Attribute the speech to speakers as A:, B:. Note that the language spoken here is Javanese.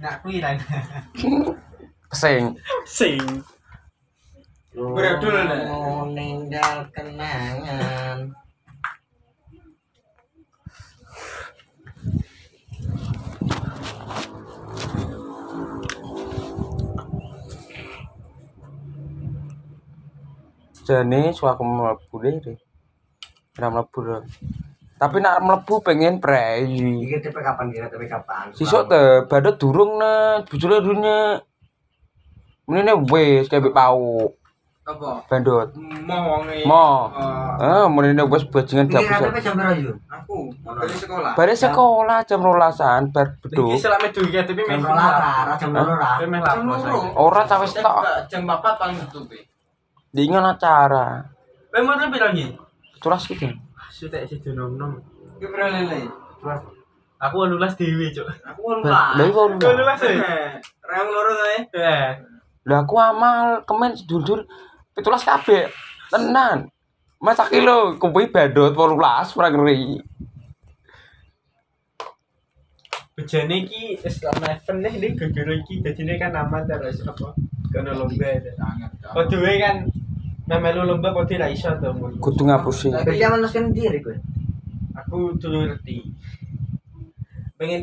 A: Nak kuwi lan.
B: Sing.
C: Sing. Beradul, Nek.
D: Meninggal kenangan.
B: Jane suaku mlebu dhewe. Ora mlebu. lho. Tapi nak mlebu pengen prei.
D: Iki tipe kapan kira tipe kapan?
B: Sisuk te badut durung ne, bujule durungnya. Menine wis kayak pauk
C: Apa?
B: bandut.
C: Mo wonge.
B: Mo.
C: Eh,
B: Eh, menine wis bajingan
D: Iki
B: gabus.
D: KTP jam berapa yo?
C: Aku dari sekolah.
B: Bare sekolah jam 12-an bar
A: Iki
B: beduk.
A: selame duwe KTP
D: Jam
A: meh
D: rola ra, jam rola ra.
A: Kowe meh
C: Jam
A: lapor.
C: loro.
B: Ora ta wis tok.
C: Jam papat paling tutup.
B: Dingon acara.
A: Kowe mau lebih lagi.
B: Turas gitu.
A: Sudah sih nom-nom.
C: Ki pira lele?
A: Aku 18 dhewe, Cuk.
C: Aku kan
B: Lah iku lho.
A: Kau 18 ya?
C: Rang loro ta. eh?
A: Eh,
B: Lah aku amal kemen jujur 17 kabeh. Tenan. Masak kilo kuwi badut 18 ora ngeri.
A: bejane iki wis lama event nih ning gegero iki dadine kan aman ta wis apa? Kono lomba. ya.
C: Sangat.
A: Kok duwe kan memelu lomba kok ora iso to. Mun.
B: Kudu ngapusi.
D: Tapi dia menuliskan diri gue.
A: Aku dulu ngerti.